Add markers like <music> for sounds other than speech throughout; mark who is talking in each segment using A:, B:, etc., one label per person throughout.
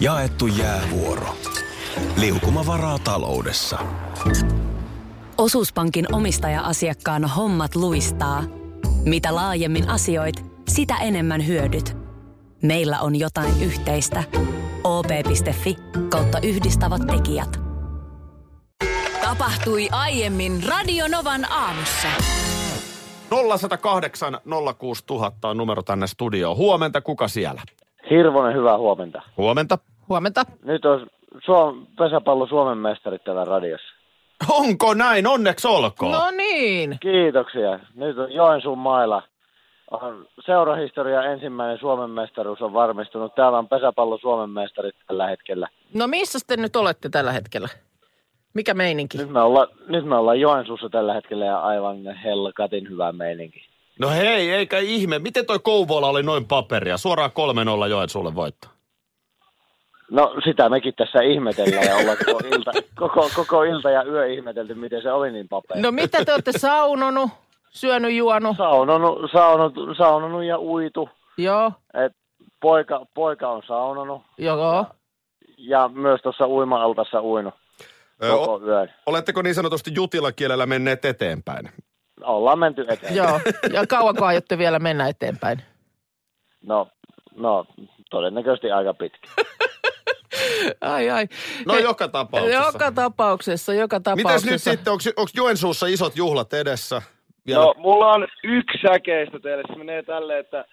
A: Jaettu jäävuoro. Liukuma varaa taloudessa.
B: Osuuspankin omistaja-asiakkaan hommat luistaa. Mitä laajemmin asioit, sitä enemmän hyödyt. Meillä on jotain yhteistä. op.fi kautta yhdistävät tekijät.
C: Tapahtui aiemmin Radionovan aamussa.
D: 0108 06000 on numero tänne studioon. Huomenta, kuka siellä?
E: Hirvonen, hyvää huomenta.
D: Huomenta.
F: Huomenta.
E: Nyt on Suom- pesäpallo Suomen mestarit täällä radiossa.
D: Onko näin? Onneksi olkoon.
F: No niin.
E: Kiitoksia. Nyt on Joensuun mailla. On seurahistoria ensimmäinen Suomen mestaruus on varmistunut. Täällä on pesäpallo Suomen mestarit tällä hetkellä.
F: No missä te nyt olette tällä hetkellä? Mikä meininki?
E: Nyt me, olla, nyt me ollaan Joensuussa tällä hetkellä ja aivan hellakatin hyvä meininki.
D: No hei, eikä ihme. Miten toi Kouvola oli noin paperia? Suoraan 3-0 Joensuulle voittaa.
E: No sitä mekin tässä ihmetellään ja ollaan koko ilta, koko, koko ilta ja yö ihmetelty, miten se oli niin paperi.
F: No mitä te olette saunonut, syönyt, juonut?
E: Saunonut, saunonut, saunonut ja uitu.
F: Joo,
E: Et poika, poika on saunonut
F: joo.
E: ja myös tuossa uima-altassa uinut.
D: Ö,
E: koko
D: o-
E: yön.
D: oletteko niin sanotusti jutilla kielellä menneet eteenpäin?
E: Ollaan menty eteenpäin.
F: Joo, ja kauanko aiotte vielä mennä eteenpäin?
E: No, no, todennäköisesti aika pitkä.
F: Ai ai.
D: No
F: He-
D: joka tapauksessa.
F: Joka tapauksessa, joka
D: Mitäs
F: tapauksessa.
D: nyt sitten, onko Joensuussa isot juhlat edessä? Vielä?
G: No, mulla on yksi säkeistö teille. Se menee tälleen, että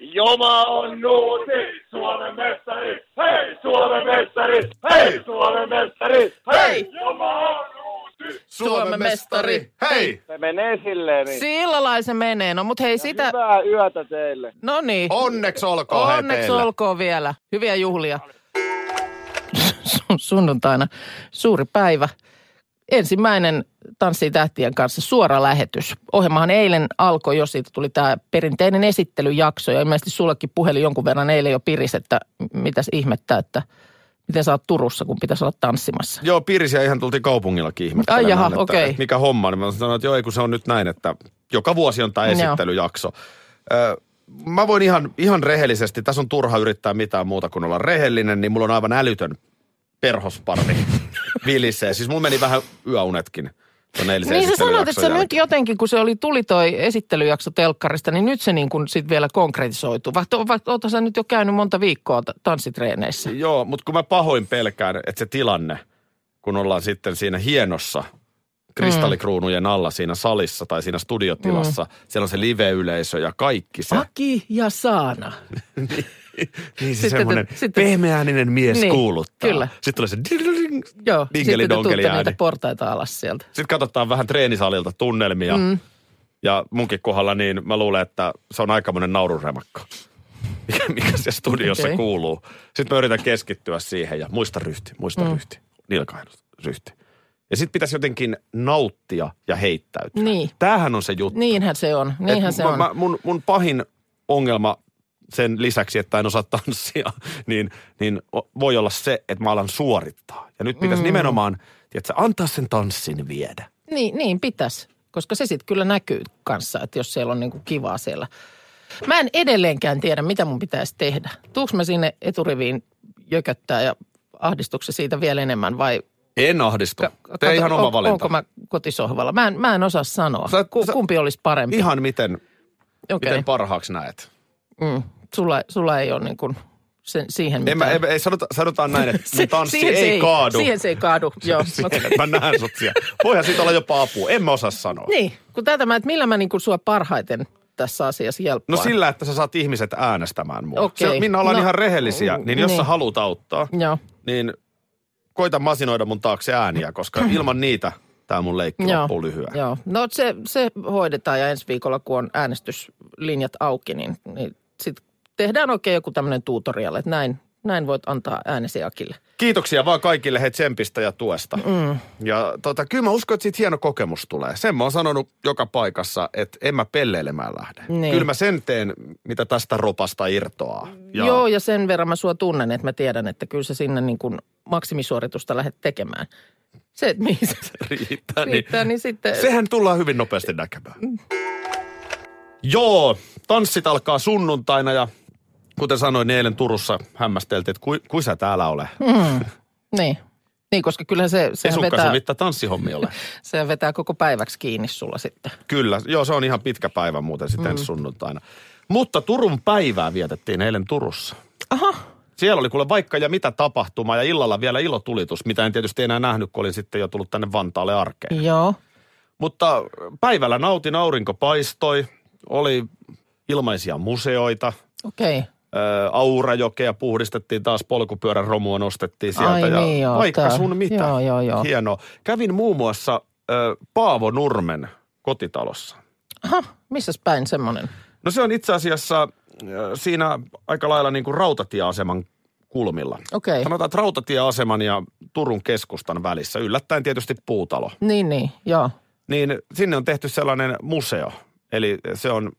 G: Joma on nuuti, Suomen mestari, hei Suomen mestari, hei Suomen mestari,
F: Hei!
G: Joma on nuuti.
F: Suomen mestari.
D: Hei!
G: Se menee silleen niin.
F: Sillä lailla se menee. No mut hei sitä...
G: Hyvää yötä teille.
F: No niin.
D: Onneksi olkoon hei
F: Onneksi
D: teille.
F: olkoon vielä. Hyviä juhlia. Sun- Sunnuntaina suuri päivä. Ensimmäinen Tanssii tähtien kanssa suora lähetys. Ohjelmahan eilen alkoi jo, siitä tuli tämä perinteinen esittelyjakso. Ja ilmeisesti sullekin puhelin jonkun verran eilen jo piris, että mitäs ihmettä, että miten sä oot Turussa, kun pitäisi olla tanssimassa.
D: Joo, Pirisiä ihan tultiin kaupungillakin ihmettelemään,
F: Ai jaha,
D: että,
F: okei.
D: että mikä homma. Niin mä sanoin, että joo, ei kun se on nyt näin, että joka vuosi on tämä esittelyjakso. Ö, mä voin ihan, ihan rehellisesti, tässä on turha yrittää mitään muuta kuin olla rehellinen, niin mulla on aivan älytön
F: <laughs>
D: perhosparvi vilisee. Siis mulla meni vähän yöunetkin tuonne eilisen
F: Niin sä sanoit, että
D: esittelyjakson
F: se nyt
D: jälkeen.
F: jotenkin, kun se oli, tuli toi esittelyjakso telkkarista, niin nyt se niin kuin sit vielä konkretisoituu. Vaikka, vaikka oothan sä nyt jo käynyt monta viikkoa ta- tanssitreeneissä.
D: Joo, mutta kun mä pahoin pelkään, että se tilanne, kun ollaan sitten siinä hienossa kristallikruunujen alla siinä salissa tai siinä studiotilassa,
F: Mm.
D: siellä on se live-yleisö ja kaikki se.
F: Aki ja Saana.
D: Niin se
F: Sitten
D: semmoinen
F: te- sitten-
D: pehmeääninen mies
F: Niin,
D: kuuluttaa.
F: kyllä.
D: Sitten tulee se ding,
F: Joo,
D: dingeli
F: sitten te
D: dongeli
F: tuutte
D: ääni.
F: niitä portaita alas sieltä.
D: Sitten katsotaan vähän treenisalilta tunnelmia. Mm. Ja munkin kohdalla niin mä luulen, että se on aikamoinen naururemakka. Mikä, mikä se studiossa okay.
F: Okei.
D: kuuluu. Sitten mä yritän keskittyä siihen ja muista ryhti, muista mm. ryhti. Nilkahdus, ryhti. Ja sitten pitäisi jotenkin nauttia ja heittäytyä.
F: Niin.
D: Tämähän on se juttu.
F: Niinhän se on, niinhän
D: Et
F: se
D: mä,
F: on.
D: Mä, mun, mun pahin ongelma sen lisäksi, että en osaa tanssia, <laughs> niin, niin o- voi olla se, että mä alan suorittaa. Ja nyt pitäisi mm. nimenomaan, tiedätkö, antaa sen tanssin viedä.
F: Niin, niin pitäisi, koska se sitten kyllä näkyy kanssa, että jos siellä on niinku kivaa siellä. Mä en edelleenkään tiedä, mitä mun pitäisi tehdä. Tuuks mä sinne eturiviin jököttää ja ahdistuksessa siitä vielä enemmän vai
D: En ahdistu.
F: Ka-
D: Tee
F: kato,
D: ihan oma
F: on-
D: valinta.
F: Onko mä kotisohvalla? Mä en, mä en osaa sanoa.
D: Sä-
F: Sä, Ku,
D: sä-
F: sä, kumpi olisi parempi?
D: Ihan miten,
F: Okei.
D: miten parhaaksi näet.
F: mm. sulla, sulla ei ole niin kuin sen, siihen
D: En
F: mitään.
D: mä, ei, ei sanota, sanotaan näin, että mun tanssi
F: siihen <laughs> se
D: ei kaadu.
F: Siihen se ei
D: <laughs>
F: kaadu, joo.
D: Siihen,
F: Okei.
D: että Mä näen sut siellä. Voihan siitä olla jopa apua. En mä osaa sanoa.
F: Niin, kun tätä mä, että millä mä niin kuin sua parhaiten tässä asiassa
D: No
F: jelppaan.
D: sillä, että sä saat ihmiset äänestämään mua.
F: Okei.
D: Se, Minna, ollaan
F: No,
D: ihan rehellisiä. Niin jos sä
F: niin.
D: haluat auttaa,
F: Joo,
D: niin koita masinoida mun taakse ääniä,
F: <clears throat>
D: koska ilman niitä tämä mun leikki
F: joo.
D: loppuu lyhyen.
F: Joo, no se, se hoidetaan ja ensi viikolla, kun on äänestyslinjat auki, niin, niin sitten tehdään oikein joku tämmöinen tutorial, että näin, näin voit antaa äänesi Akille.
D: Kiitoksia vaan kaikille he tsempistä ja tuesta. Mm. Ja tota, kyllä mä uskon, että siitä hieno kokemus tulee. Sen mä oon sanonut joka paikassa, että en mä pelleilemään lähde.
F: Niin.
D: Kyllä mä sen teen, mitä tästä ropasta irtoaa.
F: Ja. Joo,
D: <laughs>
F: ja sen verran mä sua tunnen, että mä tiedän, että kyllä sä sinne niin kuin maksimisuoritusta lähdet tekemään. Se, että mihin se
D: riittää. <laughs> niin-
F: riittää, niin sitten...
D: Sehän tullaan hyvin nopeasti näkemään. Joo, tanssit alkaa sunnuntaina ja kuten sanoin, niin eilen Turussa hämmästeltiin, että kui, kui sä täällä ole.
F: Niin. Niin, koska kyllähän se,
D: Ei
F: sehän
D: sunkaan sun
F: vetää,
D: mitään tanssihommia ole.
F: sehän vetää koko päiväksi kiinni sulla sitten.
D: Kyllä, joo se on ihan pitkä päivä muuten sitten mm. sunnuntaina. Mutta Turun päivää vietettiin eilen Turussa.
F: Aha,
D: Siellä oli kuule vaikka ja mitä tapahtumaa ja illalla vielä ilotulitus, mitä en tietysti enää nähnyt, kun olin sitten jo tullut tänne Vantaalle arkeen.
F: joo.
D: Mutta äh, päivällä nautin, aurinko paistoi, oli ilmaisia museoita,
F: Okei. Okay.
D: ö, Aurajokea puhdistettiin taas, polkupyörän romua nostettiin sieltä
F: Ai
D: ja
F: niin joo,
D: vaikka
F: tää.
D: sun mitä.
F: Joo, joo, joo.
D: Hienoa. Kävin muun muassa ö, Paavo Nurmen kotitalossa.
F: Aha, missäs päin semmoinen?
D: No se on itse asiassa ö, siinä aika lailla niin kuin rautatieaseman kulmilla.
F: Okei.
D: Sanotaan, että rautatieaseman ja Turun keskustan välissä, yllättäen tietysti puutalo.
F: Niin, niin, joo.
D: Niin sinne on tehty sellainen museo, eli se on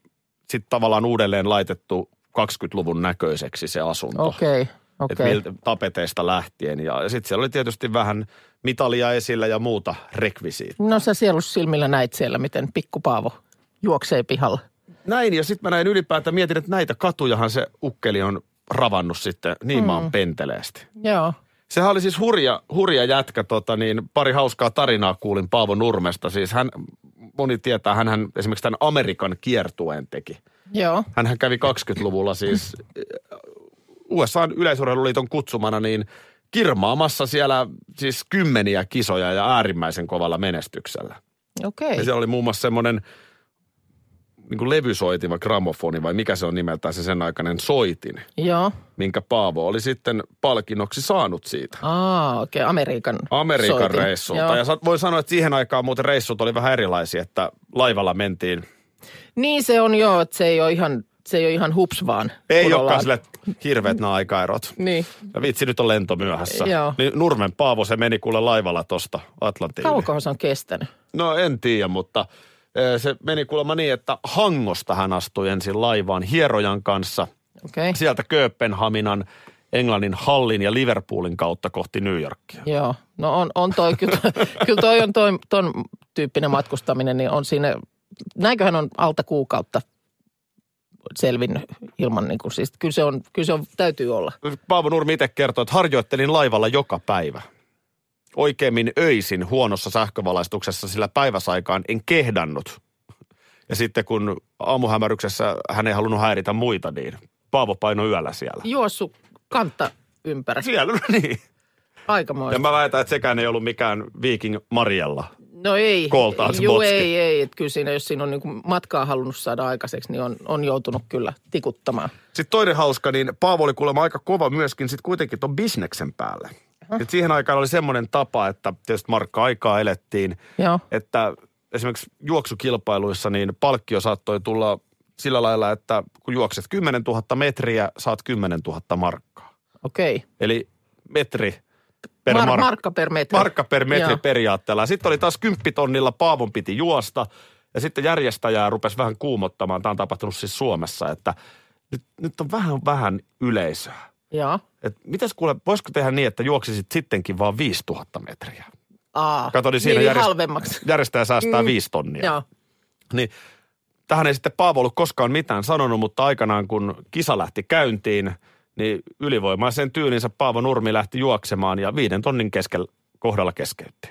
D: sitten tavallaan uudelleen laitettu 20-luvun näköiseksi se asunto.
F: Okei,
D: Että
F: okei.
D: miltä tapeteista lähtien. Ja sitten siellä oli tietysti vähän mitalia esillä ja muuta rekvisiit.
F: No sä sielussilmillä näit siellä, miten pikkupaavo juoksee pihalle.
D: Näin, ja sitten mä näin ylipäätään, mietin, että näitä katujahan se ukkeli on ravannut sitten niin
F: Mm.
D: maan penteleesti.
F: Joo.
D: Sehän oli siis hurja, hurja jätkä, tota, niin pari hauskaa tarinaa kuulin Paavo Nurmesta. Siis hän, moni tietää, hän esimerkiksi tämän Amerikan kiertueen teki.
F: Joo.
D: Hänhän kävi 20-luvulla siis äh, USAn yleisurheiluliiton kutsumana niin kirmaamassa siellä siis kymmeniä kisoja ja äärimmäisen kovalla menestyksellä.
F: Okei.
D: Ja siellä oli muun muassa semmoinen niin kuin levysoitin vai gramofoni vai mikä se on nimeltään se sen aikainen soitin,
F: Joo.
D: minkä Paavo oli sitten palkinnoksi saanut siitä.
F: Aa, okei. Amerikan
D: Amerikan
F: soitin.
D: reissulta.
F: Joo.
D: Ja sa- voi sanoa, että siihen aikaan muuten reissut oli vähän erilaisia, että laivalla mentiin.
F: Niin se on joo, että se ei ole ihan, se ei ole ihan hups vaan.
D: Ei
F: Pudolla-
D: olekaan sille hirveät nämä aikaerot.
F: Niin.
D: Ja vitsi, nyt on lento myöhässä.
F: Joo.
D: Niin Nurmen Paavo, se meni kuule laivalla tosta Atlantin yli.
F: Kauankohan se on kestänyt?
D: No en tiedä, mutta eh, se meni kuulemma niin, että Hangosta hän astui ensin laivaan hierojan kanssa.
F: Okei.
D: Sieltä Kööpenhaminan, Englannin Hallin ja Liverpoolin kautta kohti New Yorkia.
F: Joo. No on, on toi, kyllä, <laughs> kyllä toi on toi, ton tyyppinen matkustaminen, niin on siinä, näinköhän on alta kuukautta selvinnyt ilman, niin kuin, siis kyllä se on, kyllä se on, täytyy olla.
D: Paavo Nurmi itse kertoi, että harjoittelin laivalla joka päivä. Oikeimmin öisin huonossa sähkövalaistuksessa, sillä päiväsaikaan en kehdannut. Ja sitten kun aamuhämäryksessä hän ei halunnut häiritä muita, niin Paavo painoi yöllä siellä.
F: Juossu kantta ympäri.
D: Siellä, no niin.
F: Aikamoista.
D: Ja mä väitän, että sekään ei ollut mikään Viking Marjella.
F: No ei.
D: Kooltaan se
F: Juu,
D: potski.
F: ei, ei. Et kyllä siinä, jos siinä on niin matkaa halunnut saada aikaiseksi, niin on, on joutunut kyllä tikuttamaan.
D: Sitten toinen hauska, niin Paavo oli kuulemma aika kova myöskin sitten kuitenkin ton bisneksen päälle. Et siihen aikaan oli semmoinen tapa, että tietysti markka-aikaa elettiin,
F: Joo.
D: että esimerkiksi juoksukilpailuissa niin palkkio saattoi tulla sillä lailla, että kun juokset 10 000 metriä, saat 10 000 markkaa.
F: Okei. Okay.
D: Eli metri per
F: Mar-
D: markka.
F: markka per metri.
D: Markka per metri
F: Joo.
D: periaatteella. Sitten oli taas kymppitonnilla Paavon piti juosta ja sitten järjestäjää rupesi vähän kuumottamaan. Tämä on tapahtunut siis Suomessa, että nyt, nyt on vähän vähän yleisöä.
F: Joo.
D: Et mitäs kuule, voisiko tehdä niin, että juoksisit sittenkin vaan 5000 metriä?
F: Aa,
D: Kato, niin siinä
F: niin
D: järjest- <laughs>
F: halvemmaksi.
D: Järjestäjä säästää mm. viisi tonnia.
F: Joo.
D: Niin, tähän ei sitten Paavo ollut koskaan mitään sanonut, mutta aikanaan kun kisa lähti käyntiin, niin ylivoimaisen tyylinsä Paavo Nurmi lähti juoksemaan ja viiden tonnin keskellä kohdalla keskeytti.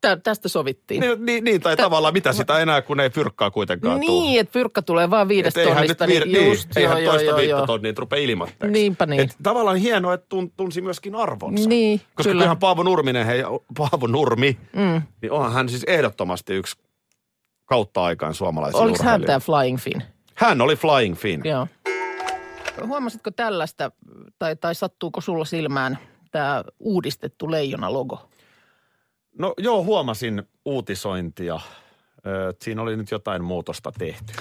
F: Tä, tästä sovittiin.
D: Niin, niin, niin tai tavallaan mitä sitä enää, kun ei fyrkkaa kuitenkaan
F: niin, että pyrkkä tulee vaan viidestä
D: eihän nyt
F: tonnista.
D: viir-
F: niin, just,
D: eihän
F: joo, joo,
D: toista
F: joo,
D: viittä
F: joo.
D: tonnia, että rupeaa ilmatteeksi.
F: Niinpä niin.
D: Et tavallaan hienoa, että tun, tunsi myöskin arvonsa.
F: Niin,
D: Koska
F: kyllä.
D: kyllähän Paavo Nurminen, hei, Paavo Nurmi,
F: Mm.
D: niin onhan hän siis ehdottomasti yksi kautta aikaan suomalaisen
F: Oliko hän
D: urheilija.
F: tämä Flying Fin?
D: Hän oli Flying Finn.
F: Joo. Huomasitko tällaista, tai, tai sattuuko sulla silmään tämä uudistettu leijona-logo?
D: No joo, huomasin uutisointia. Ö, et Siinä oli nyt jotain muutosta tehty.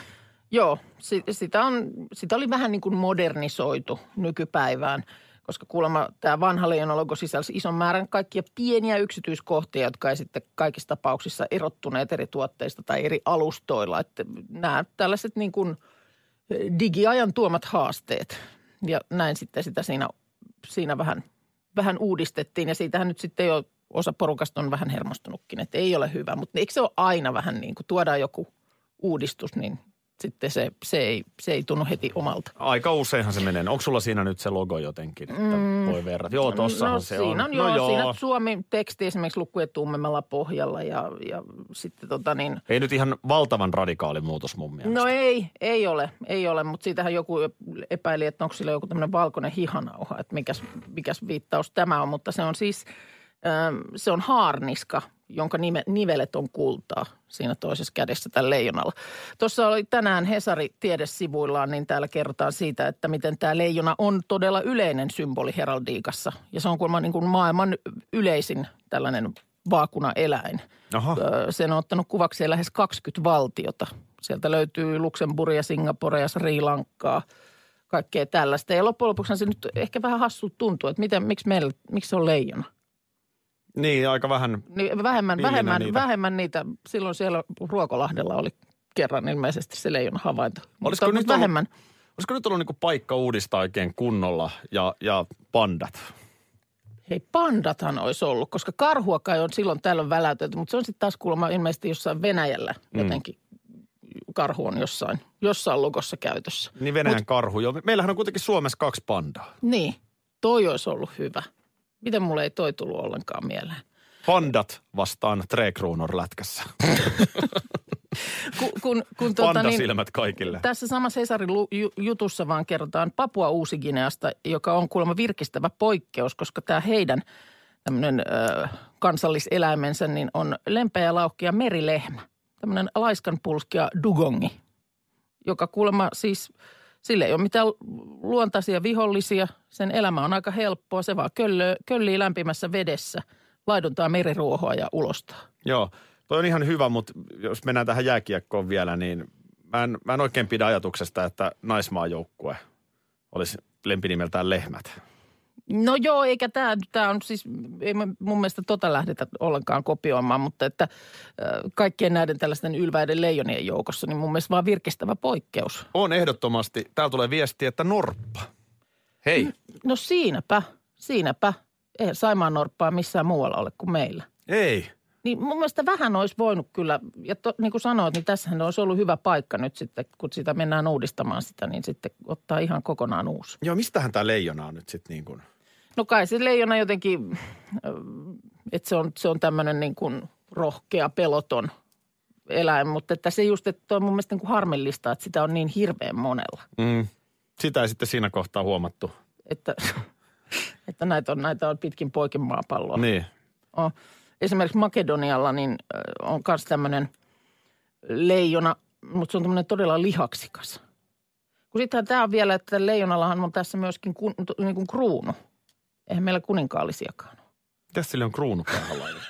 F: Joo, si- sitä, on, sitä oli vähän niin kuin modernisoitu nykypäivään, koska kuulemma tämä vanha leijonalogo sisälsi ison määrän kaikkia pieniä yksityiskohtia, jotka ei sitten kaikissa tapauksissa erottuneet eri tuotteista tai eri alustoilla. Että nämä tällaiset niin kuin digiajan tuomat haasteet ja näin sitten sitä siinä, siinä vähän, vähän uudistettiin ja siitähän nyt sitten jo osa porukasta on vähän hermostunutkin, että ei ole hyvä, mutta eikö se ole aina vähän niin kuin tuodaan joku uudistus, niin sitten se, se, ei, se ei tunnu heti omalta.
D: Aika useinhan se menee. Onko sulla siinä nyt se logo jotenkin, että voi verrata? Joo, tossahan
F: Mm. no,
D: se on.
F: siinä on. joo, siinä Suomi teksti esimerkiksi lukkujen tummemmalla pohjalla ja, ja sitten tota niin,
D: Ei nyt ihan valtavan radikaali muutos mun mielestä.
F: No ei, ei ole, ei ole, mutta siitähän joku epäili, että onko sillä joku tämmöinen valkoinen hihanauha, että mikäs, mikäs viittaus tämä on, mutta se on siis, ähm, se on haarniska, jonka nime, nivelet on kultaa siinä toisessa kädessä tällä leijonalla. Tuossa oli tänään Hesari tiedesivuillaan, niin täällä kerrotaan siitä, että miten tämä leijona on todella yleinen symboli heraldiikassa. Ja se on kuulemma niin kuin maailman yleisin tällainen vaakunaeläin –
D: Aha.
F: Ö, Sen on ottanut kuvakseen lähes 20 valtiota. Sieltä löytyy Luxemburgia, Singaporea, Sri Lankaa, kaikkea tällaista. Ja loppujen lopuksi se nyt ehkä vähän hassu tuntuu, että miten, miksi, meillä, miksi se on leijona.
D: Niin, aika vähän.
F: Niin vähemmän,
D: Villinä
F: vähemmän,
D: niitä.
F: niitä. vähemmän niitä. Silloin siellä Ruokolahdella oli kerran ilmeisesti se leijon havainto.
D: Olisiko
F: Mutta,
D: nyt
F: mutta
D: ollut-
F: vähemmän.
D: Olisiko nyt ollut niinku paikka uudistaa oikein kunnolla ja, ja pandat?
F: Hei, pandathan olisi ollut, koska karhua kai on silloin tällöin väläytelty, mutta se on sitten taas kuulemma ilmeisesti jossain Venäjällä
D: Mm.
F: jotenkin. Karhu on jossain, jossain logossa käytössä.
D: Niin Venäjän Mut, karhu. Jo. Meillähän on kuitenkin Suomessa kaksi pandaa.
F: Niin, toi olisi ollut hyvä. Miten mulle ei toi tullut ollenkaan mieleen?
D: Pandat vastaan Trekruunor lätkässä.
F: Kun, kun, kun tuota, niin,
D: Pandasilmät kaikille.
F: tässä samassa Hesarin lu- ju- jutussa vaan kerrotaan Papua Uusigineasta, joka on kuulemma virkistävä poikkeus, koska tämä heidän tämmöinen ö, kansalliseläimensä niin on lempeä lauhkia merilehmä. Tämmöinen laiskanpulskia dugongi, joka kuulemma siis, sille ei ole mitään luontaisia vihollisia. Sen elämä on aika helppoa, se vaan köllöö, köllii lämpimässä vedessä, laiduntaa meriruohoa ja ulostaa.
D: Joo, toi on ihan hyvä, mutta jos mennään tähän jääkiekkoon vielä, niin mä en, mä en oikein pidä ajatuksesta, että naismaajoukkue olisi lempinimeltään lehmät.
F: No joo, eikä tämä, tämä on siis, ei me mun mielestä tota lähdetä ollenkaan kopioimaan, mutta että ö, kaikkien näiden tällaisten ylväiden leijonien joukossa, niin mun mielestä vaan virkistävä poikkeus.
D: On ehdottomasti. Täällä tulee viesti, että norppa. Hei,
F: No siinäpä, siinäpä. Eihän Saimaan norppaa missään muualla ole kuin meillä.
D: ei.
F: Niin mun mielestä vähän olisi voinut kyllä, ja to, niin kuin sanoit, niin tässähän olisi ollut hyvä paikka nyt sitten, kun sitä mennään uudistamaan sitä, niin sitten ottaa ihan kokonaan uusi.
D: Joo, mistähän tämä leijona on nyt sitten niin kuin?
F: No kai se leijona jotenkin, ö, että se on, se on tämmöinen niin kuin rohkea, peloton eläin, mutta että se just, että on mun mielestä niin kuin harmillista, että sitä on niin hirveän monella,
D: Mm. Sitä ei sitten siinä kohtaa huomattu.
F: että, <laughs> että näitä, on, näitä on pitkin poikin maapalloa.
D: Niin.
F: On. Esimerkiksi Makedonialla niin ö, on myös tämmöinen leijona, mutta se on tämmöinen todella lihaksikas. Kun sittenhän tämä on vielä, että leijonallahan on tässä myöskin kun, niin kuin kruunu. Eihän meillä kuninkaallisiakaan ole.
D: Mitäs sille on kruunu päähän laitettu?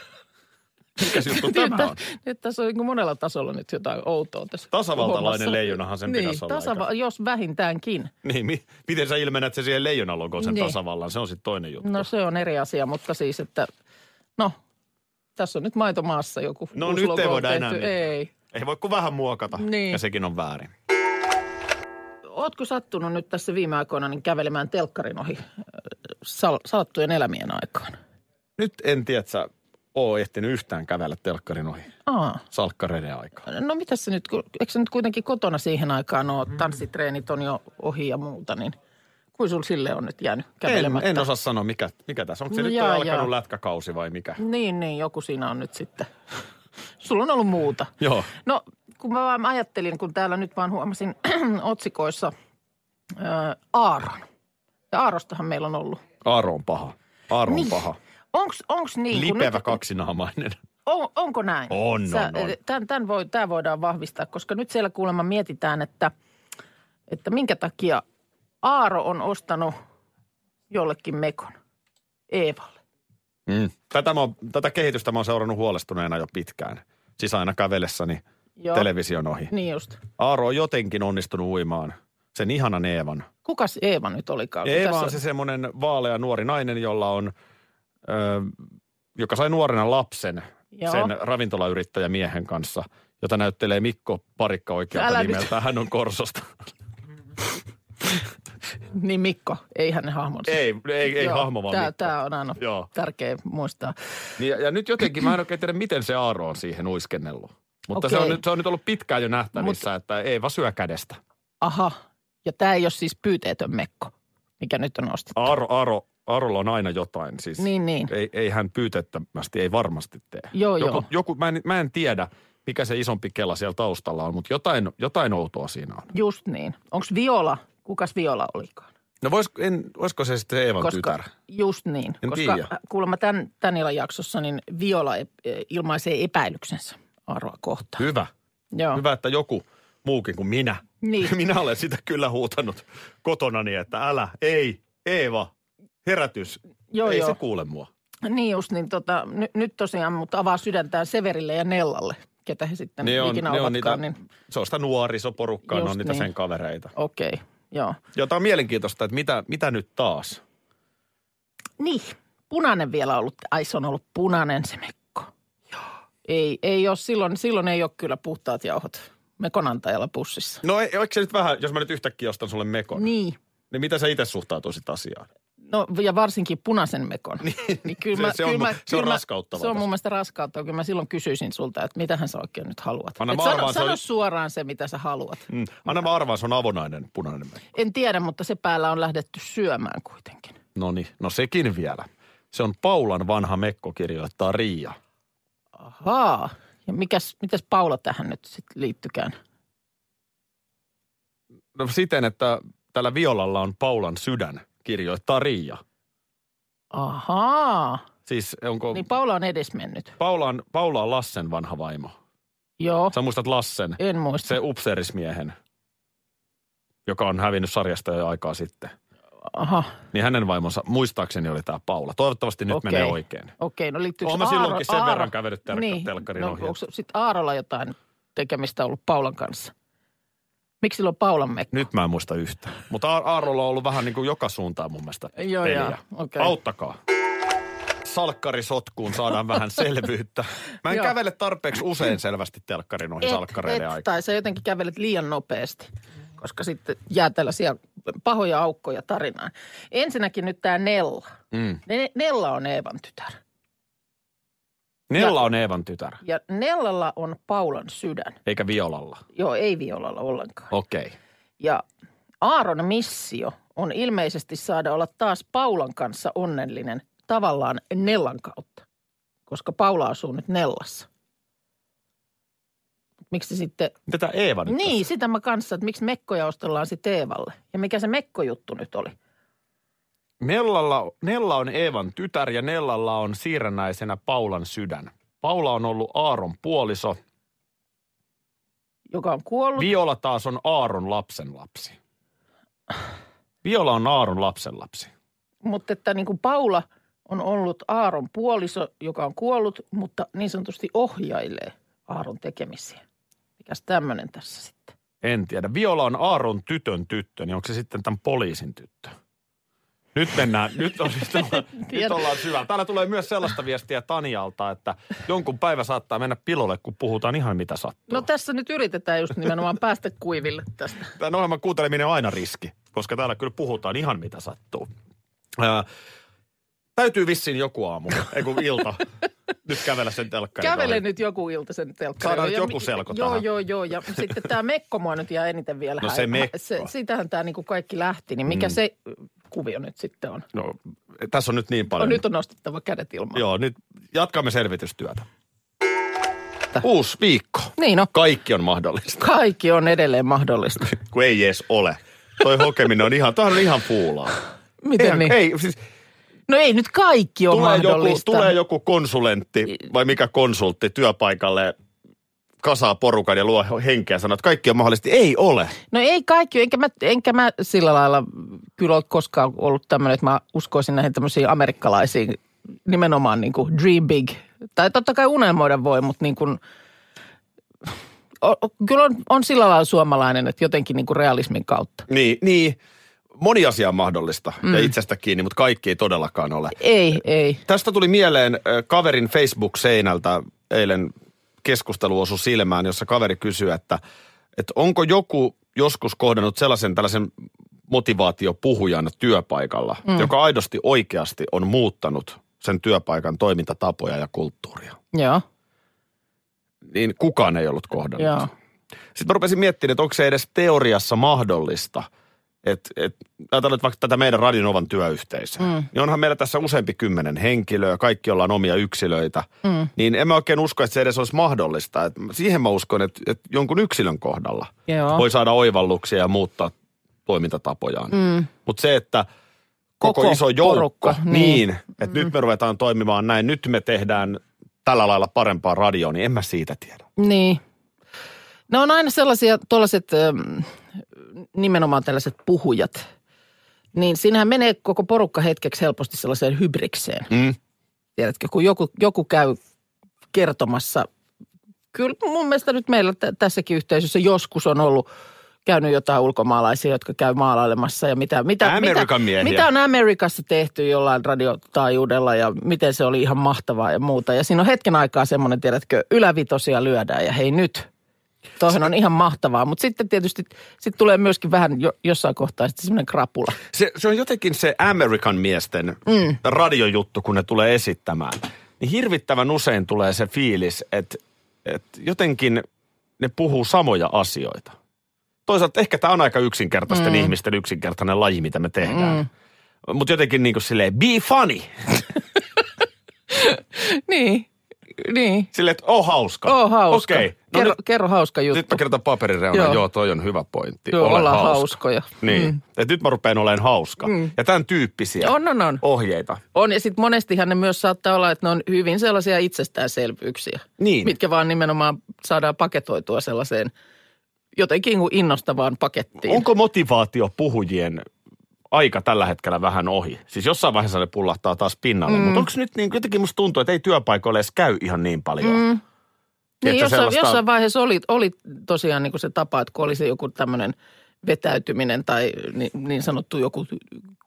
D: <laughs> Mikäs juttu No tämä
F: Nyt-
D: on?
F: Nyt tässä on niin monella tasolla nyt jotain outoa tässä
D: Tasavaltalainen
F: hommassa.
D: leijonahan sen
F: niin,
D: pitäisi olla aika-
F: jos vähintäänkin.
D: Niin, mi- miten sä ilmennät se siihen leijonalogoon sen
F: Niin.
D: tasavallan? Se on sitten toinen juttu.
F: No se on eri asia, mutta siis, että no, tässä on nyt maitomaassa joku
D: No
F: uusi
D: nyt
F: logo
D: ei
F: on
D: voida
F: tehty.
D: enää mitään.
F: Ei.
D: Ei voi kuin vähän muokata.
F: Niin.
D: Ja sekin on väärin.
F: Ootko sattunut nyt tässä viime aikoina niin kävelemään telkkarin ohi äh, sal- salattujen elämien aikaan?
D: Nyt en tiedä, että sä oo ehtinyt yhtään kävellä telkkarin ohi
F: Aa.
D: salkkareiden aikaa.
F: No mitä se nyt, kun- eikö se nyt kuitenkin kotona siihen aikaan ole,
D: Mm.
F: tanssitreenit on jo ohi ja muuta, niin kuin sulla sille on nyt jäänyt
D: En,
F: kävelemättä?
D: en osaa sanoa, mikä, mikä tässä on. Onko se
F: No
D: nyt
F: jaa,
D: jaa, alkanut
F: jaa.
D: lätkäkausi vai mikä?
F: Niin, niin, joku siinä on nyt sitten. Sulla on ollut muuta.
D: Joo.
F: No, kun mä vaan ajattelin, kun täällä nyt vaan huomasin <clears throat> otsikoissa ää, Aaron. Ja Aarostahan meillä on ollut.
D: Aaro on paha. Aaro on
F: Niin.
D: paha.
F: Onks, onks niin? kun
D: Lipevä
F: nyt-
D: kaksinaamainen.
F: On, onko näin?
D: On, on, on.
F: Tämän, tämän voi, tämä voidaan vahvistaa, koska nyt siellä kuulemma mietitään, että, että minkä takia Aaro on ostanut jollekin mekon Eevalle.
D: Mm. Tätä, mä, oon- tätä kehitystä mä oon seurannut huolestuneena jo pitkään. Siis aina kävellessäni
F: Joo.
D: television ohi.
F: Niin just.
D: Aaro on jotenkin onnistunut uimaan sen ihanan Eevan.
F: Kukas Eeva nyt olikaan? Kun
D: Eeva
F: tässä-
D: on se semmoinen vaalea nuori nainen, jolla on, ö, joka sai nuorena lapsen
F: Joo.
D: sen ravintolayrittäjämiehen kanssa, jota näyttelee Mikko Parikka oikealta
F: Älä nyt.
D: nimeltä. Hän on Korsosta.
F: <laughs> Niin Mikko, ei hänen hahmonsa.
D: ei, ei, ei
F: Joo,
D: hahmo vaan
F: tää,
D: Mikko.
F: Tämä on aina
D: Joo.
F: Joo. tärkeä muistaa.
D: Niin, Ja, ja nyt jotenkin mä en oikein tiedä, miten se Aaro on siihen uiskennellut. Mutta se on,
F: Okei.
D: nyt, se on nyt ollut pitkään jo nähtävissä, Mut... että ei vaan syö kädestä.
F: Aha. Ja tämä ei ole siis pyyteetön mekko, mikä nyt on ostettu.
D: Aro, Aro, Arolla on aina jotain. Siis
F: Niin, niin.
D: Ei, ei hän pyytettömästi, ei varmasti tee.
F: Joo,
D: joku,
F: joo.
D: Joku, mä, en, mä en tiedä, mikä se isompi kela siellä taustalla on, mutta jotain, jotain outoa siinä on.
F: Just niin. Onko Viola? Kukas Viola olikaan?
D: No vois, en, olisiko se sitten Eevan Koska... tytär?
F: Just niin.
D: En
F: koska
D: tiedä.
F: kuulemma tämän, tämän illan jaksossa niin Viola e- e- ilmaisee epäilyksensä Aroa kohtaan.
D: Hyvä.
F: Joo.
D: Hyvä, että joku muukin kuin minä.
F: No.
D: <laughs>
F: Niin.
D: Minä olen sitä kyllä huutanut kotonani, että älä, ei, Eeva, herätys.
F: Joo,
D: ei
F: joo.
D: se kuule mua.
F: Niin just, niin tota, ny, nyt tosiaan, mutta avaa sydäntään Severille ja Nellalle, ketä he sitten ne ikinä
D: ne
F: ovatkaan,
D: niitä,
F: niin
D: Se on sitä nuorisoporukkaa, ne
F: Just
D: on niitä
F: niin.
D: sen kavereita.
F: okei, okay, joo.
D: Jota on mielenkiintoista, että mitä, mitä nyt taas?
F: Niin, punainen vielä ollut, ai se on ollut punainen se mekko. Ei, ei ole, silloin, silloin ei ole kyllä puhtaat jauhot mekonantajalla pussissa.
D: No ei, eikö se nyt vähän, jos mä nyt yhtäkkiä ostan sulle mekon, niin,
F: Niin,
D: niin mitä sä itse suhtautuisit asiaan?
F: no ja varsinkin punaisen
D: <laughs>
F: mekon. Niin, niin kyllä
D: se-
F: mä,
D: se on-
F: kyllä mä,
D: se on
F: kyllä mä-
D: raskauttavaa
F: Se on
D: tässä.
F: mun mielestä raskauttavaa, kyllä mä silloin kysyisin sulta, että mitähän sä oikein nyt haluat.
D: Anna
F: Et
D: mä
F: sano,
D: arvaan, se
F: sano
D: oli-
F: suoraan se, mitä sä haluat.
D: Mm. Anna mä arvaan, se on avonainen punainen mekko.
F: En tiedä, mutta se päällä on lähdetty syömään kuitenkin.
D: No niin, no sekin vielä. Se on Paulan vanha mekko, kirjoittaa Riia.
F: Ahaa. Ja mikäs, mitäs Paula tähän nyt sitten liittykään?
D: No siten, että tällä violalla on Paulan sydän, kirjoittaa Riia.
F: Ahaa.
D: Siis onko...
F: Niin Paula on edesmennyt.
D: Paula on, Paula on Lassen vanha vaimo.
F: Joo,
D: Sä muistat Lassen,
F: en muista.
D: se upseerismiehen, joka on hävinnyt sarjasta jo aikaa sitten.
F: Aha,
D: Niin hänen vaimonsa, muistaakseni oli tämä Paula. Toivottavasti nyt
F: Okei.
D: menee oikein.
F: okei. No liittyykö
D: Oon mä
F: Aaro-
D: silloinkin sen
F: Aaro-
D: verran kävellyt telkka- telkkarin
F: no,
D: ohi.
F: Onko sitten Aarolla jotain tekemistä ollut Paulan kanssa? Miksi sillä on Paulan mekko?
D: Nyt mä en muista yhtä. Mutta Aar- Aarolla on ollut vähän niin kuin joka suuntaan mun mielestä
F: Joo,
D: peliä.
F: joo, okei.
D: Auttakaa. Salkkarisotkuun saadaan
F: <laughs>
D: vähän selvyyttä. Mä en
F: Joo.
D: kävele tarpeeksi usein selvästi telkkarin ohi salkkareiden
F: et, et,
D: aikaan.
F: tai sä jotenkin kävelet liian nopeasti, koska sitten jää tällaisia pahoja aukkoja tarinaan. Ensinnäkin nyt tämä Nella.
D: Mm.
F: Ne- Nella on Eevan tytär.
D: Nella on Eevan tytär,
F: Ja Nellalla on Paulan sydän.
D: eikä Violalla.
F: Joo, ei Violalla ollenkaan.
D: Okei.
F: Ja Aaron missio on ilmeisesti saada olla taas Paulan kanssa onnellinen tavallaan Nellan kautta, koska Paula asuu nyt Nellassa. Miksi sitten,
D: Mitä tämä Eeva nyt
F: niin sitä mä kanssa, että miksi mekkoja ostellaan sitten Eevalle. Ja mikä se mekkojuttu nyt oli?
D: Nellalla, Nella on Eevan tytär ja Nellalla on siirrännäisenä Paulan sydän. Paula on ollut Aaron puoliso.
F: Joka on kuollut.
D: Viola taas on Aaron lapsen lapsi. Viola on Aaron lapsen lapsi.
F: mutta että niin kuin Paula on ollut Aaron puoliso, joka on kuollut, mutta niin sanotusti ohjailee Aaron tekemisiä. Mikäs tämmöinen tässä sitten?
D: En tiedä. Viola on Aaron tytön tyttö, niin onko se sitten tämän poliisin tyttö? Nyt mennään, nyt, on, nyt,
F: <laughs>
D: ollaan, nyt
F: Tiedä.
D: ollaan syvä. Täällä tulee myös sellaista viestiä Tanialta, että jonkun päivä saattaa mennä pilolle, kun puhutaan ihan mitä sattuu.
F: No tässä nyt yritetään just nimenomaan päästä kuiville tästä.
D: tämän ohjelman kuunteleminen on aina riski, koska täällä kyllä puhutaan ihan mitä sattuu. Ää, täytyy vissiin joku aamu, ei kun
F: <laughs>
D: ilta, nyt kävellä sen telkkarin.
F: Kävele
D: ohi.
F: nyt joku ilta sen telkkarin.
D: Saadaan
F: ohi.
D: nyt
F: Ja
D: joku
F: mi-
D: selko
F: Joo,
D: tähän.
F: joo, joo. Ja sitten tämä mekko mua nyt jää eniten vielä.
D: No se
F: häirin-
D: mekko. Mm.
F: sitähän tämä niinku kaikki lähti, niin mikä se kuvio nyt sitten on?
D: No, tässä on nyt niin
F: on
D: paljon.
F: No, nyt on nostettava kädet ilmaan.
D: Joo, nyt jatkamme selvitystyötä. Uusi viikko.
F: Niin no,
D: Kaikki on mahdollista,
F: kaikki on edelleen
D: <laughs>
F: mahdollista.
D: kun ei edes ole. Toi hokeminen on ihan, toihan on ihan puulaa.
F: Miten
D: Eihän-
F: niin?
D: Ei, siis
F: No ei nyt kaikki ole
D: tulee joku,
F: mahdollista.
D: tulee joku konsulentti vai mikä konsultti työpaikalle kasaa porukan ja luo henkeä ja sanoo, että kaikki on mahdollisesti. Ei ole.
F: No ei kaikki, enkä mä, enkä mä sillä lailla kyllä ole koskaan ollut tämmöinen, että mä uskoisin näihin tämmöisiin amerikkalaisiin nimenomaan niin kuin dream big. Tai totta kai unelmoida voi, mutta niin kuin, o- o- kyllä on, on sillä lailla suomalainen, että jotenkin niin kuin realismin kautta.
D: Niin, niin. Moni asia on mahdollista mm. ja itsestä kiinni, mutta kaikki ei todellakaan ole.
F: Ei, ei.
D: Tästä tuli mieleen ö, kaverin Facebook-seinältä eilen keskustelu osui silmään, jossa kaveri kysyi, että, että onko joku joskus kohdannut sellaisen tällaisen motivaatiopuhujan työpaikalla, mm. joka aidosti oikeasti on muuttanut sen työpaikan toimintatapoja ja kulttuuria.
F: Joo.
D: niin kukaan ei ollut kohdannut.
F: Joo.
D: Sitten mä rupesin miettimään, että onko se edes teoriassa mahdollista, että et, ajatellaan nyt vaikka tätä meidän Radionovan työyhteisöä. Mm. Niin onhan meillä tässä useampi kymmenen henkilöä, kaikki ollaan omia yksilöitä. Mm. Niin en mä oikein usko, että se edes olisi mahdollista. Et siihen mä uskon, että et jonkun yksilön kohdalla
F: Joo.
D: voi saada oivalluksia ja muuttaa toimintatapojaan. Mm. Mutta se, että koko,
F: Koko
D: koko iso joukko,
F: porukka,
D: niin,
F: niin.
D: niin että mm. nyt me ruvetaan toimimaan näin, nyt me tehdään tällä lailla parempaa radioa, niin en mä siitä tiedä.
F: Niin. Ne on aina sellaisia, tuollaiset ähm, nimenomaan tällaiset puhujat. Niin siinähän menee koko porukka hetkeksi helposti sellaiseen hybrikseen.
D: Mm.
F: Tiedätkö, kun joku, joku käy kertomassa. Kyllä mun mielestä nyt meillä t- tässäkin yhteisössä joskus on ollut käynyt jotain ulkomaalaisia, jotka käy maalailemassa ja mitä, mitä, mitä,
D: Amerikan miehiä.
F: mitä on Amerikassa tehty jollain radiotaajuudella ja miten se oli ihan mahtavaa ja muuta. Ja siinä on hetken aikaa semmoinen, tiedätkö, ylävitosia lyödään ja hei nyt. Toihan on ihan mahtavaa, mutta sitten tietysti sit tulee myöskin vähän jo, jossain kohtaa sitten semmoinen krapula.
D: Se, se on jotenkin se American miesten mm. radiojuttu, kun ne tulee esittämään. Niin hirvittävän usein tulee se fiilis, että, että jotenkin ne puhuu samoja asioita. Toisaalta ehkä tämä on aika yksinkertaisten mm. ihmisten yksinkertainen laji, mitä me tehdään. Mm. Mutta jotenkin niin kuin silleen, be funny.
F: Niin, niin.
D: Silleen, että oh hauska.
F: Oo hauska.
D: Okei. No
F: kerro,
D: kerro,
F: nyt, kerro hauska juttu.
D: nyt mä kerron paperireunaan,
F: Joo.
D: joo. joo, toi on hyvä pointti.
F: Joo,
D: Ole
F: ollaan
D: hauska.
F: hauskoja.
D: Niin,
F: Mm.
D: mm. että nyt mä rupean olemaan hauska. Mm. Ja tämän tyyppisiä
F: On, on, on.
D: ohjeita.
F: On, ja sitten monestihan ne myös saattaa olla, että ne on hyvin sellaisia itsestäänselvyyksiä,
D: Niin.
F: mitkä vaan nimenomaan saadaan paketoitua sellaiseen jotenkin kuin innostavaan pakettiin.
D: Onko motivaatio puhujien aika tällä hetkellä vähän ohi? Siis jossain vaiheessa ne pullahtaa taas pinnalle, mm. mutta onko nyt niin, jotenkin musta tuntuu, että ei työpaikoilla edes käy ihan niin paljon. Mm.
F: Niin jossain, jossain vaiheessa oli, oli tosiaan niin kuin se tapa, että kun oli se joku tämmöinen vetäytyminen tai niin, niin sanottu joku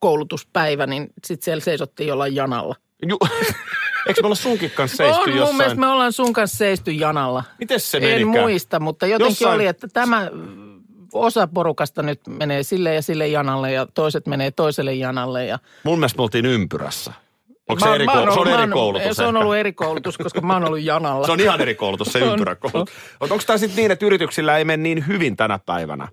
F: koulutuspäivä, niin sitten siellä seisottiin jollain janalla.
D: Ju... <laughs> Eikö me olla sunkin kanssa seisty
F: on, mun
D: jossain?
F: mielestä me ollaan sun kanssa seisty janalla.
D: Miten se
F: en
D: menikään?
F: muista, mutta jotenkin Jossain...
D: Jossain-
F: oli, että tämä osa porukasta nyt menee sille ja sille janalle ja toiset menee toiselle janalle. Ja...
D: Mun mielestä me oltiin ympyrässä. Onko
F: Mä-
D: se, eri,
F: mä oon
D: koulutus? se on
F: ollut- mä
D: eri
F: oon-
D: koulutus
F: Se on
D: ehkä.
F: ollut eri koulutus, koska mä oon ollut janalla.
D: Se on ihan eri koulutus, se
F: <laughs> On.
D: ympyräkoulutus. Mutta onko tämä sitten niin, että yrityksillä ei mene niin hyvin tänä päivänä,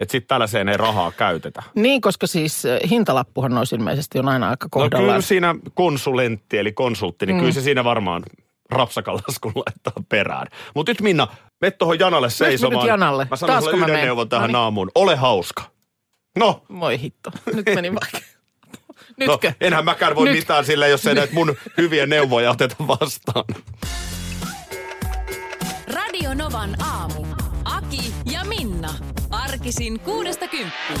D: että sitten tällaiseen ei rahaa käytetä?
F: Niin, koska siis eh, hintalappuhan noissa ilmeisesti on aina aika
D: No
F: kohdallaan.
D: kyllä siinä konsulentti eli konsultti, niin mm. kyllä se siinä varmaan rapsakan laskun <laughs> laittaa perään. Mutta nyt Minna, me tuohon janalle
F: nyt
D: seisomaan.
F: janalle?
D: Mä sanon
F: Taasko
D: sulle
F: mä
D: yhden
F: menen? No niin.
D: neuvon tähän
F: Noniin.
D: aamuun. Ole hauska. No,
F: Moi hitto, nyt meni vaikka.
D: no
F: Nytkö?
D: enhän mäkään voi
F: Nyt.
D: Nyt. mitään sille, jos ei näitä mun hyviä neuvoja oteta vastaan.
F: <laughs>
C: Radio Novan aamu. Aki ja Minna. Arkisin kuudesta kymppiin.